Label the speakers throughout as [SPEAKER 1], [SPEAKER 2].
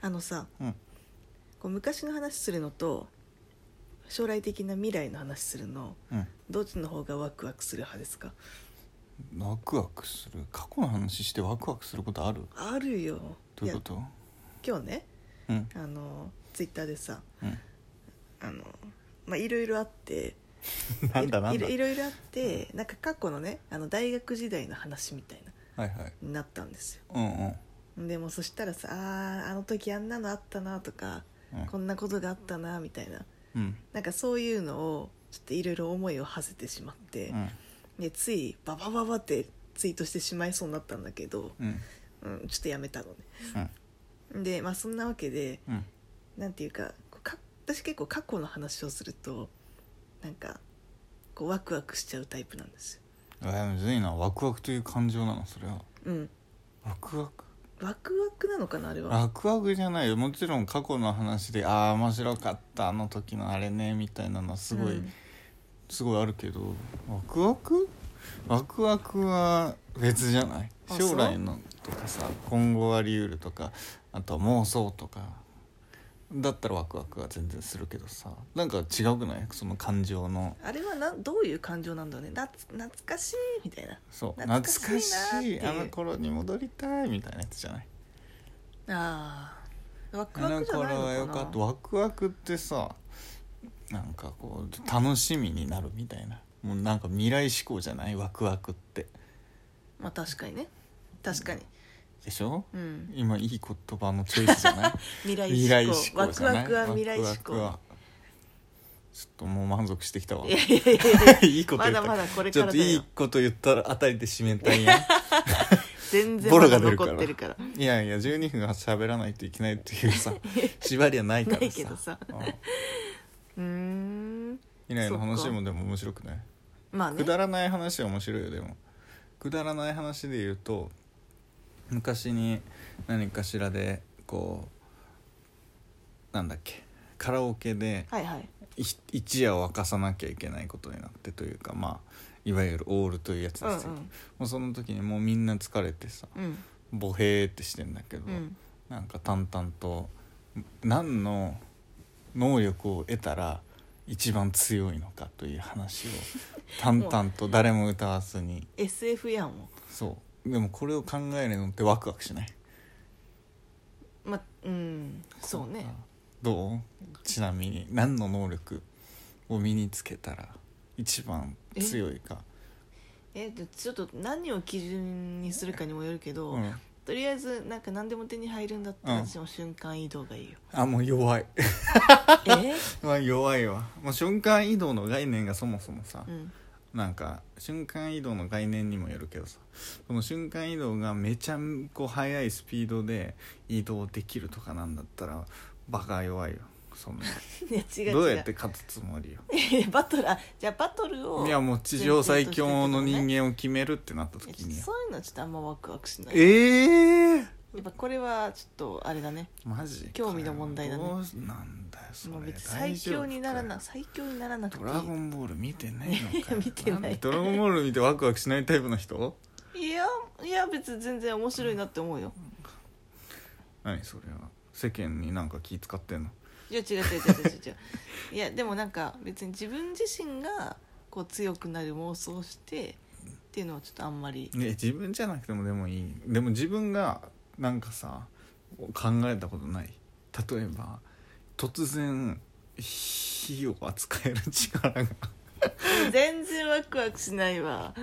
[SPEAKER 1] あのさ
[SPEAKER 2] うん
[SPEAKER 1] こう昔の話するのと将来的な未来の話するの
[SPEAKER 2] うん
[SPEAKER 1] どっちの方がワクワクする派ですか
[SPEAKER 2] ワクワクする過去の話してワクワクすることある
[SPEAKER 1] あるよ
[SPEAKER 2] どういうこと
[SPEAKER 1] いや今日ね
[SPEAKER 2] うん
[SPEAKER 1] あのツイッターでさ
[SPEAKER 2] うん
[SPEAKER 1] あのまあいろいろあって
[SPEAKER 2] なんだなん
[SPEAKER 1] い
[SPEAKER 2] だ
[SPEAKER 1] ろいろいろあってなんか過去のねあの大学時代の話みたいな
[SPEAKER 2] はいはい
[SPEAKER 1] になったんですよ
[SPEAKER 2] うんうん
[SPEAKER 1] でもそしたらさあーあの時あんなのあったなとか、
[SPEAKER 2] うん
[SPEAKER 1] こんなことがあったなみたいな
[SPEAKER 2] うん
[SPEAKER 1] なんかそういうのをちょっといろいろ思いを馳せてしまって
[SPEAKER 2] う、ん
[SPEAKER 1] でついババババってツイートしてしまいそうになったんだけど、
[SPEAKER 2] うん
[SPEAKER 1] うん、ちょっとやめたの
[SPEAKER 2] う
[SPEAKER 1] ね
[SPEAKER 2] ん
[SPEAKER 1] でまあそんなわけで
[SPEAKER 2] うん
[SPEAKER 1] なんていうかこうか私結構過去の話をするとなんかこうワクワクしちゃうタイプなんですよ
[SPEAKER 2] えーむずいなワクワクという感情なのそれは
[SPEAKER 1] うん
[SPEAKER 2] ワクワク
[SPEAKER 1] ワクワクなのかなあれは
[SPEAKER 2] ワクワクじゃないよもちろん過去の話でああ面白かったあの時のあれねみたいなのはすごい、
[SPEAKER 1] うん
[SPEAKER 2] すごいあるけどワクワクワクワクは別じゃない
[SPEAKER 1] あそう
[SPEAKER 2] 将来のとかさ今後あり得るとかあとは妄想とかだったらワクワクは全然するけどさなんか違うくないその感情の
[SPEAKER 1] あれはなんどういう感情なんだろうねな懐かしいみたいな
[SPEAKER 2] そう懐
[SPEAKER 1] 懐
[SPEAKER 2] か
[SPEAKER 1] か
[SPEAKER 2] し
[SPEAKER 1] し
[SPEAKER 2] い
[SPEAKER 1] いなーっていう
[SPEAKER 2] あの頃に戻りたいみたいなやつじゃない
[SPEAKER 1] あーワク
[SPEAKER 2] あ
[SPEAKER 1] ワ
[SPEAKER 2] の
[SPEAKER 1] クじゃ
[SPEAKER 2] 頃
[SPEAKER 1] ないの
[SPEAKER 2] はよ
[SPEAKER 1] か
[SPEAKER 2] か
[SPEAKER 1] な
[SPEAKER 2] ったワクワクってさなんかこう楽しみになるみたいなもうなんか未来志向じゃないワクワクって
[SPEAKER 1] まあ確かにね確かに
[SPEAKER 2] でしょ
[SPEAKER 1] うん
[SPEAKER 2] 今いい言葉のチョイスじゃ ない
[SPEAKER 1] 未来
[SPEAKER 2] 未来志
[SPEAKER 1] 志向
[SPEAKER 2] 向
[SPEAKER 1] ワ
[SPEAKER 2] じ
[SPEAKER 1] ク
[SPEAKER 2] ゃない
[SPEAKER 1] ワクは未来志向
[SPEAKER 2] ワクワクはちょっともう満足してきたわ
[SPEAKER 1] いやいやいやいや
[SPEAKER 2] いいこと言
[SPEAKER 1] まだ
[SPEAKER 2] った
[SPEAKER 1] まだこれ
[SPEAKER 2] ち
[SPEAKER 1] か
[SPEAKER 2] ょっ
[SPEAKER 1] ら
[SPEAKER 2] と
[SPEAKER 1] だよ
[SPEAKER 2] いいこと言ったらあたりで締め たいやん
[SPEAKER 1] 全然
[SPEAKER 2] ボ
[SPEAKER 1] ま
[SPEAKER 2] ロが
[SPEAKER 1] だ
[SPEAKER 2] 出るか
[SPEAKER 1] 残
[SPEAKER 2] ら
[SPEAKER 1] ってるから
[SPEAKER 2] いやいや12分は喋らないといけないってい うさ縛りはないからさ
[SPEAKER 1] ないけどさ
[SPEAKER 2] うん
[SPEAKER 1] うーん
[SPEAKER 2] 未来の話
[SPEAKER 1] そっか
[SPEAKER 2] もでも面白くない
[SPEAKER 1] まあね
[SPEAKER 2] くだらない話は面白いよでもくだらない話で言うと昔に何かしらでこうなんだっけカラオケで
[SPEAKER 1] はいはい
[SPEAKER 2] い一夜を明かさなきゃいけないことになってというかまあいわゆるオールというやつ
[SPEAKER 1] うん
[SPEAKER 2] ですよ、もうその時にもうみんな疲れてさ
[SPEAKER 1] うんうん
[SPEAKER 2] ボヘーってしてんだけど、
[SPEAKER 1] うん
[SPEAKER 2] なんか淡々と何の能力を得たら一番強いのかという 話を淡々と誰も歌わずに
[SPEAKER 1] SF やんも
[SPEAKER 2] そうでもこれを考えるのってワクワクしない
[SPEAKER 1] まあうんそうね
[SPEAKER 2] どうちなみに何の能力を身につけたら一番強いか、
[SPEAKER 1] えでちょっと何を基準にするかにもよるけど、
[SPEAKER 2] うん、
[SPEAKER 1] とりあえずなんか何でも手に入るんだった
[SPEAKER 2] う
[SPEAKER 1] ら
[SPEAKER 2] ん
[SPEAKER 1] 私も瞬間移動がいいよ
[SPEAKER 2] あもう弱い
[SPEAKER 1] え
[SPEAKER 2] まあ弱いわもう瞬間移動の概念がそもそもさ、
[SPEAKER 1] うん
[SPEAKER 2] なんか瞬間移動の概念にもよるけどさその瞬間移動がめちゃこう速いスピードで移動できるとかなんだったらバカ弱いよそんな
[SPEAKER 1] いや違う違う
[SPEAKER 2] どうやって勝つつもりよ
[SPEAKER 1] いやバトルあじゃあバトルを
[SPEAKER 2] いやもう地上最強の人間を決めるってなった
[SPEAKER 1] いやち
[SPEAKER 2] 時
[SPEAKER 1] ょっと
[SPEAKER 2] に
[SPEAKER 1] そういうのはちょっとあんまワクワクしないや
[SPEAKER 2] ええー、
[SPEAKER 1] っぱこれはちょっとあれだね
[SPEAKER 2] マジかよ
[SPEAKER 1] 興味の問題だね
[SPEAKER 2] どうなんだよそ
[SPEAKER 1] もう
[SPEAKER 2] れ
[SPEAKER 1] 別に最強にならな
[SPEAKER 2] 大丈夫か
[SPEAKER 1] 最
[SPEAKER 2] よ
[SPEAKER 1] 強にならなくて
[SPEAKER 2] ド
[SPEAKER 1] いい
[SPEAKER 2] ラゴンボール見てないのかよ
[SPEAKER 1] 見てない
[SPEAKER 2] んでドラゴンボール見てワクワクしないタイプの人
[SPEAKER 1] いやいや別に全然面白いなって思うよ
[SPEAKER 2] 何それは世間になんか気使ってんの
[SPEAKER 1] いや違う違う違う違う違 ういやでもなんか別に自分自身がこう強くなる妄想をしてっていうのはちょっとあんまり
[SPEAKER 2] ね自分じゃなくてもでもいいでも自分がなんかさ考えたことない例えば突然火を扱える力が
[SPEAKER 1] 全然ワクワクしないわ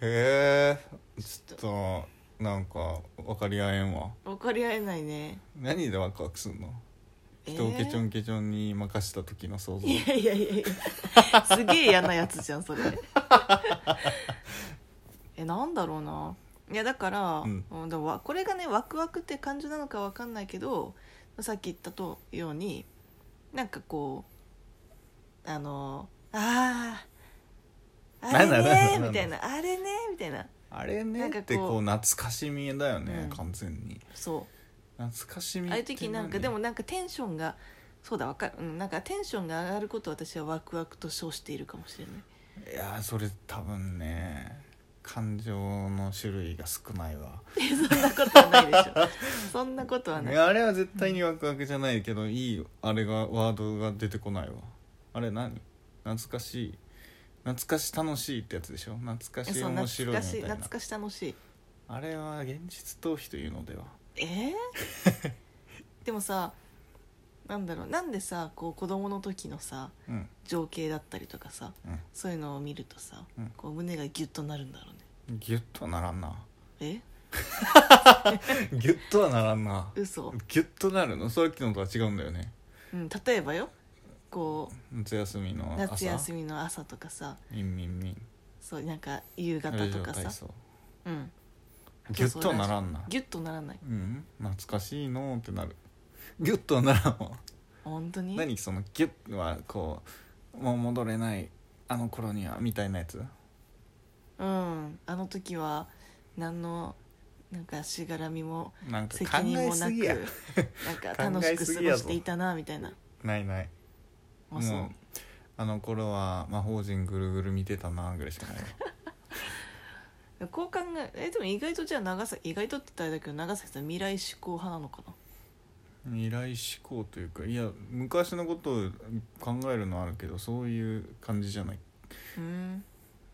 [SPEAKER 2] へえ
[SPEAKER 1] ちょっと
[SPEAKER 2] となんか分かり合えんわ
[SPEAKER 1] 分かり合えないね
[SPEAKER 2] 何でワクワクすんの人をケチョンケチョンに任した時の想像、
[SPEAKER 1] えーいやいやいやいやすげえ嫌なやつじゃんそれえなんだろうないやだから,、
[SPEAKER 2] うん
[SPEAKER 1] うん、でもわこれがねワクワクって感じなのかわかんないけどさっき言ったとようになんかこうあのあーあれ
[SPEAKER 2] なんだなんだなん
[SPEAKER 1] ね
[SPEAKER 2] だ
[SPEAKER 1] みたいなあれねみたいな
[SPEAKER 2] あれね
[SPEAKER 1] なん
[SPEAKER 2] っ
[SPEAKER 1] かこう
[SPEAKER 2] てこう懐かしみだよね、
[SPEAKER 1] うん
[SPEAKER 2] 完全に
[SPEAKER 1] そ
[SPEAKER 2] 懐かしみ
[SPEAKER 1] う
[SPEAKER 2] っ
[SPEAKER 1] あ
[SPEAKER 2] て
[SPEAKER 1] あいう時なんか
[SPEAKER 2] 何
[SPEAKER 1] でもなんかテンションがそうだわかる、うん、なんかテンションが上がることを私はワクワクと称しているかもしれない
[SPEAKER 2] いやーそれ多分ね感情の種類が少ないわ
[SPEAKER 1] そんなことはないでし ょそんなことはない
[SPEAKER 2] いやあれは絶対にワクワクじゃないけど、いいあれがワードが出てこないわあれ何懐かしい懐かし楽しいってやつでしょ懐かしい
[SPEAKER 1] そう
[SPEAKER 2] 面
[SPEAKER 1] 懐
[SPEAKER 2] 白い
[SPEAKER 1] か
[SPEAKER 2] みた
[SPEAKER 1] しい
[SPEAKER 2] いな
[SPEAKER 1] 懐かし楽しい
[SPEAKER 2] あれは現実逃避というのでは
[SPEAKER 1] え ーでもさなんだろうなんでさこう子供の時のさ
[SPEAKER 2] うん
[SPEAKER 1] 情景だったりとかさそういうのを見るとさ、
[SPEAKER 2] うん
[SPEAKER 1] こう胸がギュッとなるんだろうね
[SPEAKER 2] うんギュッとはなら んな
[SPEAKER 1] え
[SPEAKER 2] ギュッとはならんな
[SPEAKER 1] 嘘
[SPEAKER 2] ギュッとなるのさっきのとは違うんだよね
[SPEAKER 1] うん例えばよこ
[SPEAKER 2] 夏休みの
[SPEAKER 1] う
[SPEAKER 2] 朝
[SPEAKER 1] 夏休みの朝とかさ
[SPEAKER 2] みんみんみん
[SPEAKER 1] そうなんか夕方
[SPEAKER 2] ラジ
[SPEAKER 1] と
[SPEAKER 2] オ
[SPEAKER 1] かさ、
[SPEAKER 2] 体操
[SPEAKER 1] うん、
[SPEAKER 2] ギュッとはならんな
[SPEAKER 1] ギュッとならない
[SPEAKER 2] うん懐かしいのーってなる ギュッとはならんわ
[SPEAKER 1] 本当に
[SPEAKER 2] 何そのギュッはこうもう戻れないあの頃にはみたいなやつ
[SPEAKER 1] うんあの時は何のなんかしがらみも
[SPEAKER 2] なんか
[SPEAKER 1] 責
[SPEAKER 2] 考
[SPEAKER 1] 任
[SPEAKER 2] え
[SPEAKER 1] もな
[SPEAKER 2] す
[SPEAKER 1] く
[SPEAKER 2] ぎや
[SPEAKER 1] なんか 楽しく過ごしていたなみたいな
[SPEAKER 2] ないない
[SPEAKER 1] あ
[SPEAKER 2] も
[SPEAKER 1] そう
[SPEAKER 2] うあの頃は魔法陣ぐるぐる見てたなぐらいしかな いわ
[SPEAKER 1] こう考ええでも意外とじゃあ長崎意外とって言ったらあれだけど長崎さん未来志向派なのかな
[SPEAKER 2] 未来志向というかいや昔のことを考えるのはあるけどそういう感じじゃない
[SPEAKER 1] うん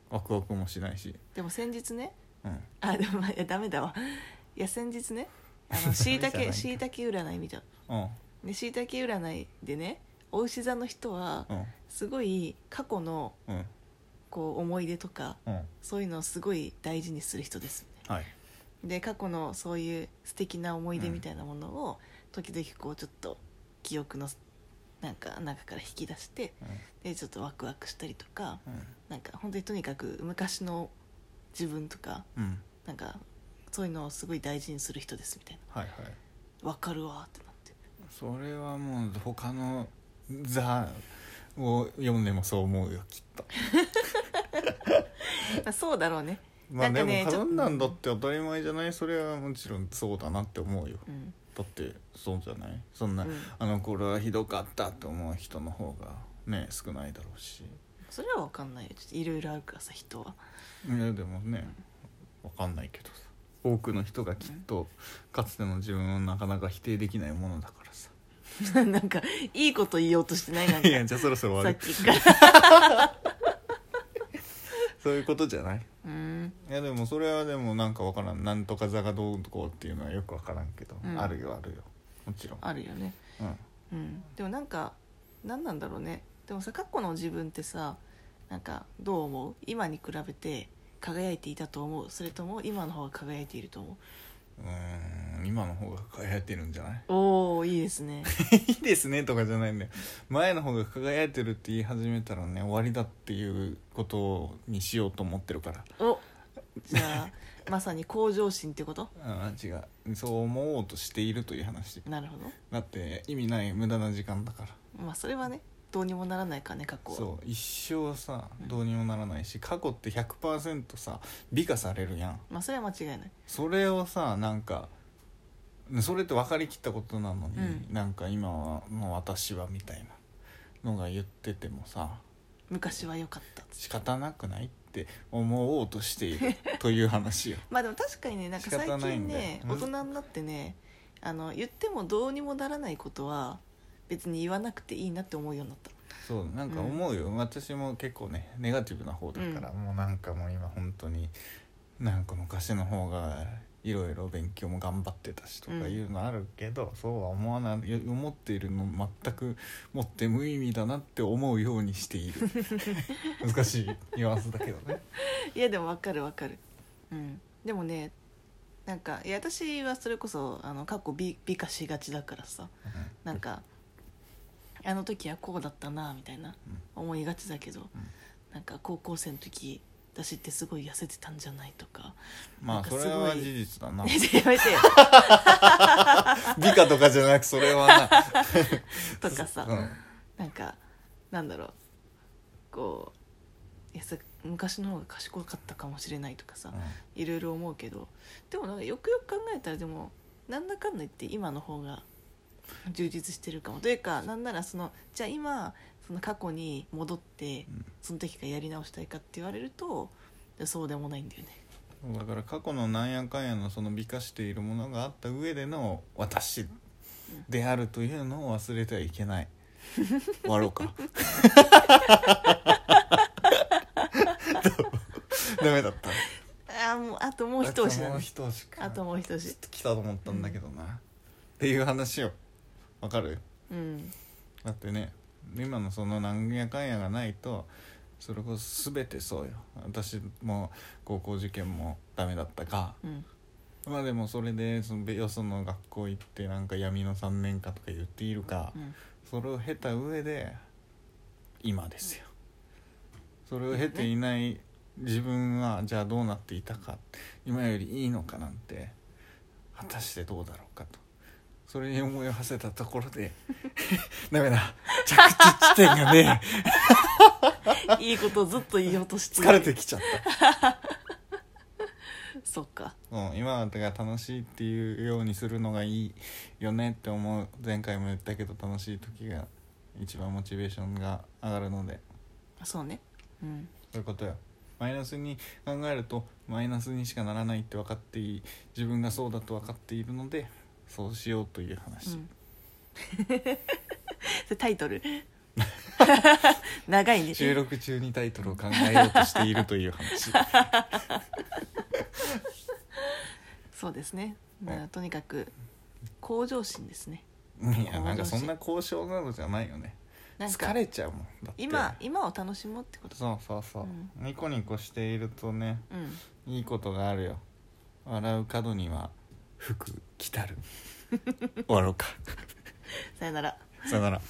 [SPEAKER 2] ワクワクもしないし
[SPEAKER 1] でも先日ね
[SPEAKER 2] うん
[SPEAKER 1] あでもいやダメだわ いや先日ね あのしいた
[SPEAKER 2] ダメ
[SPEAKER 1] け
[SPEAKER 2] じゃないか
[SPEAKER 1] しいたけ占い見た
[SPEAKER 2] うん
[SPEAKER 1] でしいたけ占いでねお牛座の人は
[SPEAKER 2] うん
[SPEAKER 1] すごい過去の
[SPEAKER 2] うん
[SPEAKER 1] こう思い出とか
[SPEAKER 2] うん
[SPEAKER 1] そういうのをすごい大事にする人です
[SPEAKER 2] はい
[SPEAKER 1] で過去のそういう素敵な思い出みたいなものを時々こうちょっと記憶のなんか中から引き出してでちょっとワクワクしたりとか
[SPEAKER 2] うん
[SPEAKER 1] なんか本当にとにかく昔の自分とか
[SPEAKER 2] うん、うん、
[SPEAKER 1] なんかそういうのをすごい大事にする人ですみたい
[SPEAKER 2] はいはい
[SPEAKER 1] なわかるわーってなって
[SPEAKER 2] それはもう他の「ザ」を読んでもそう思うよきっと
[SPEAKER 1] まあそうだろうね
[SPEAKER 2] まあ
[SPEAKER 1] な
[SPEAKER 2] で
[SPEAKER 1] んかね
[SPEAKER 2] も
[SPEAKER 1] ちょ
[SPEAKER 2] そ
[SPEAKER 1] っと
[SPEAKER 2] んなんだって当たり前じゃないそれはもちろんそうだなって思うよ
[SPEAKER 1] うん
[SPEAKER 2] だってそうじゃないそんな、
[SPEAKER 1] うん
[SPEAKER 2] あの頃はひどかったって思う人の方がね少ないだろうし
[SPEAKER 1] それはわかんないよちょっといろいろあるからさ人はい
[SPEAKER 2] やでもねわかんないけどさ多くの人がきっとかつての自分をなかなか否定できないものだからさ
[SPEAKER 1] なんかいいこと言おうとしてないなん
[SPEAKER 2] い
[SPEAKER 1] か
[SPEAKER 2] やじゃあそろそろ終
[SPEAKER 1] さ
[SPEAKER 2] わ
[SPEAKER 1] っ
[SPEAKER 2] る
[SPEAKER 1] きから
[SPEAKER 2] そういうことじゃない
[SPEAKER 1] うん
[SPEAKER 2] いやでもそれはでもなんかわからんなんとか座がどうこうっていうのはよくわからんけど、
[SPEAKER 1] うん
[SPEAKER 2] あるよあるよもちろん
[SPEAKER 1] あるよね
[SPEAKER 2] うん
[SPEAKER 1] うん、でもなんか何なんだろうねでもさ過去の自分ってさなんかどう思う今に比べて輝いていたと思うそれとも今の方が輝いていると思
[SPEAKER 2] うーん今の方が輝いてるんじゃない
[SPEAKER 1] うおおいいですね
[SPEAKER 2] いいですねとかじゃないんだよ前の方が輝いてるって言い始めたらね終わりだっていうことにしようと思ってるから
[SPEAKER 1] おじゃあまさに向上心ってこと
[SPEAKER 2] あ違うそう思おうとしているという話
[SPEAKER 1] なるほ
[SPEAKER 2] だって意味ない無駄な時間だから
[SPEAKER 1] どまあそれはねどうにもならないからね過去は
[SPEAKER 2] そう一生さ
[SPEAKER 1] うん
[SPEAKER 2] どうにもならないし過去って100%さ美化されるやん
[SPEAKER 1] まあそれは間違いない
[SPEAKER 2] それをさなんかそれって分かりきったことなのに、
[SPEAKER 1] う
[SPEAKER 2] なんか今の私はみたいなのが言っててもさ
[SPEAKER 1] 昔は良かった
[SPEAKER 2] 仕方なくないって思おうとしているという話よ
[SPEAKER 1] まあでも確かにねなんか
[SPEAKER 2] 仕
[SPEAKER 1] 最
[SPEAKER 2] 方ない
[SPEAKER 1] 近
[SPEAKER 2] んだよ
[SPEAKER 1] ね
[SPEAKER 2] うん
[SPEAKER 1] 大人になってねあの言ってもどうにもならないことは別に言わなくていいなって思うようになった
[SPEAKER 2] そうなんか思うよ、私も結構ねネガティブな方だから、もうなんかもう今本当になんか昔の方がいろいろ勉強も頑張ってたしとかいうのあるけど、そうは思わない思っているの全くもって無意味だなって思うようにし ている難しいニュアンスだけどね
[SPEAKER 1] いやでもわかるわかるうんでもねなんかいや私はそれこそあの過去美美化しがちだからさなんかあの時はこうだったなみたいな思いがちだけど、なんか高校生の時私ってすごい痩せてたんじゃないとか
[SPEAKER 2] ま
[SPEAKER 1] なん
[SPEAKER 2] あ
[SPEAKER 1] か
[SPEAKER 2] そ
[SPEAKER 1] すごい
[SPEAKER 2] れは事実だな
[SPEAKER 1] やめてよ
[SPEAKER 2] 美化とかじゃなくそれ はな
[SPEAKER 1] とかさ、
[SPEAKER 2] うん
[SPEAKER 1] なんかなんだろうこういやさ昔の方が賢かったかもしれないとかさ、いろいろ思うけどでもなんかよくよく考えたらでもなんだかんだ言って今の方が充実してるかもというかなんならそのじゃあ今その過去に戻って
[SPEAKER 2] うん
[SPEAKER 1] その時からやり直したいかって言われるとでそうでもないんだよね
[SPEAKER 2] だから過去のなんやかんやのその美化しているものがあった上での私であるというのを忘れてはい けない終わろうかダメだった
[SPEAKER 1] ああもうあともう一押しだ
[SPEAKER 2] もう
[SPEAKER 1] ね
[SPEAKER 2] 一押しか
[SPEAKER 1] あともう一押し
[SPEAKER 2] 来たと思ったんだけどな、っていう話をわかる
[SPEAKER 1] うん
[SPEAKER 2] だってね今のそのなんやかんやがないとそれこそ全てそうよ私も高校受験もダメだったか
[SPEAKER 1] うん
[SPEAKER 2] まあでもそれでそのよその学校行ってなんか闇の3年間とか言っているか、
[SPEAKER 1] うん
[SPEAKER 2] それを経た上で今ですよそれを経ていない自分はじゃあどうなっていたか今よりいいのかなんて果たしてどうだろうかとそれに思いを馳せたとこ ろでダメだ着地地点がね
[SPEAKER 1] いいことずっと言いようとして
[SPEAKER 2] 疲れてきちゃっ
[SPEAKER 1] そっか
[SPEAKER 2] た、うん、今だから楽しいっていうようにするのがいいよねって思う前回も言ったけど楽しい時が一番モチベーションが上がるので
[SPEAKER 1] そうねうん
[SPEAKER 2] そういうことよマイナスに考えるとマイナスにしかならないって分かっていい自分がそうだと分かっているのでそうしようという
[SPEAKER 1] う
[SPEAKER 2] 話、
[SPEAKER 1] ん それタイト ル長いね
[SPEAKER 2] 収録中にタイトルを考えようとしているとい う話
[SPEAKER 1] そうですね、まあ
[SPEAKER 2] うん
[SPEAKER 1] とにかく向上心ですね
[SPEAKER 2] いやなんかそんな交渉なのじゃないよね
[SPEAKER 1] なん
[SPEAKER 2] 疲
[SPEAKER 1] か
[SPEAKER 2] れちゃうもんだって
[SPEAKER 1] 今今を楽しもうってこと
[SPEAKER 2] そうそうそう、
[SPEAKER 1] うん
[SPEAKER 2] ニコニコしているとね
[SPEAKER 1] うん
[SPEAKER 2] いいことがあるよ笑う角には福来たる終わろうか
[SPEAKER 1] さよなら
[SPEAKER 2] さよなら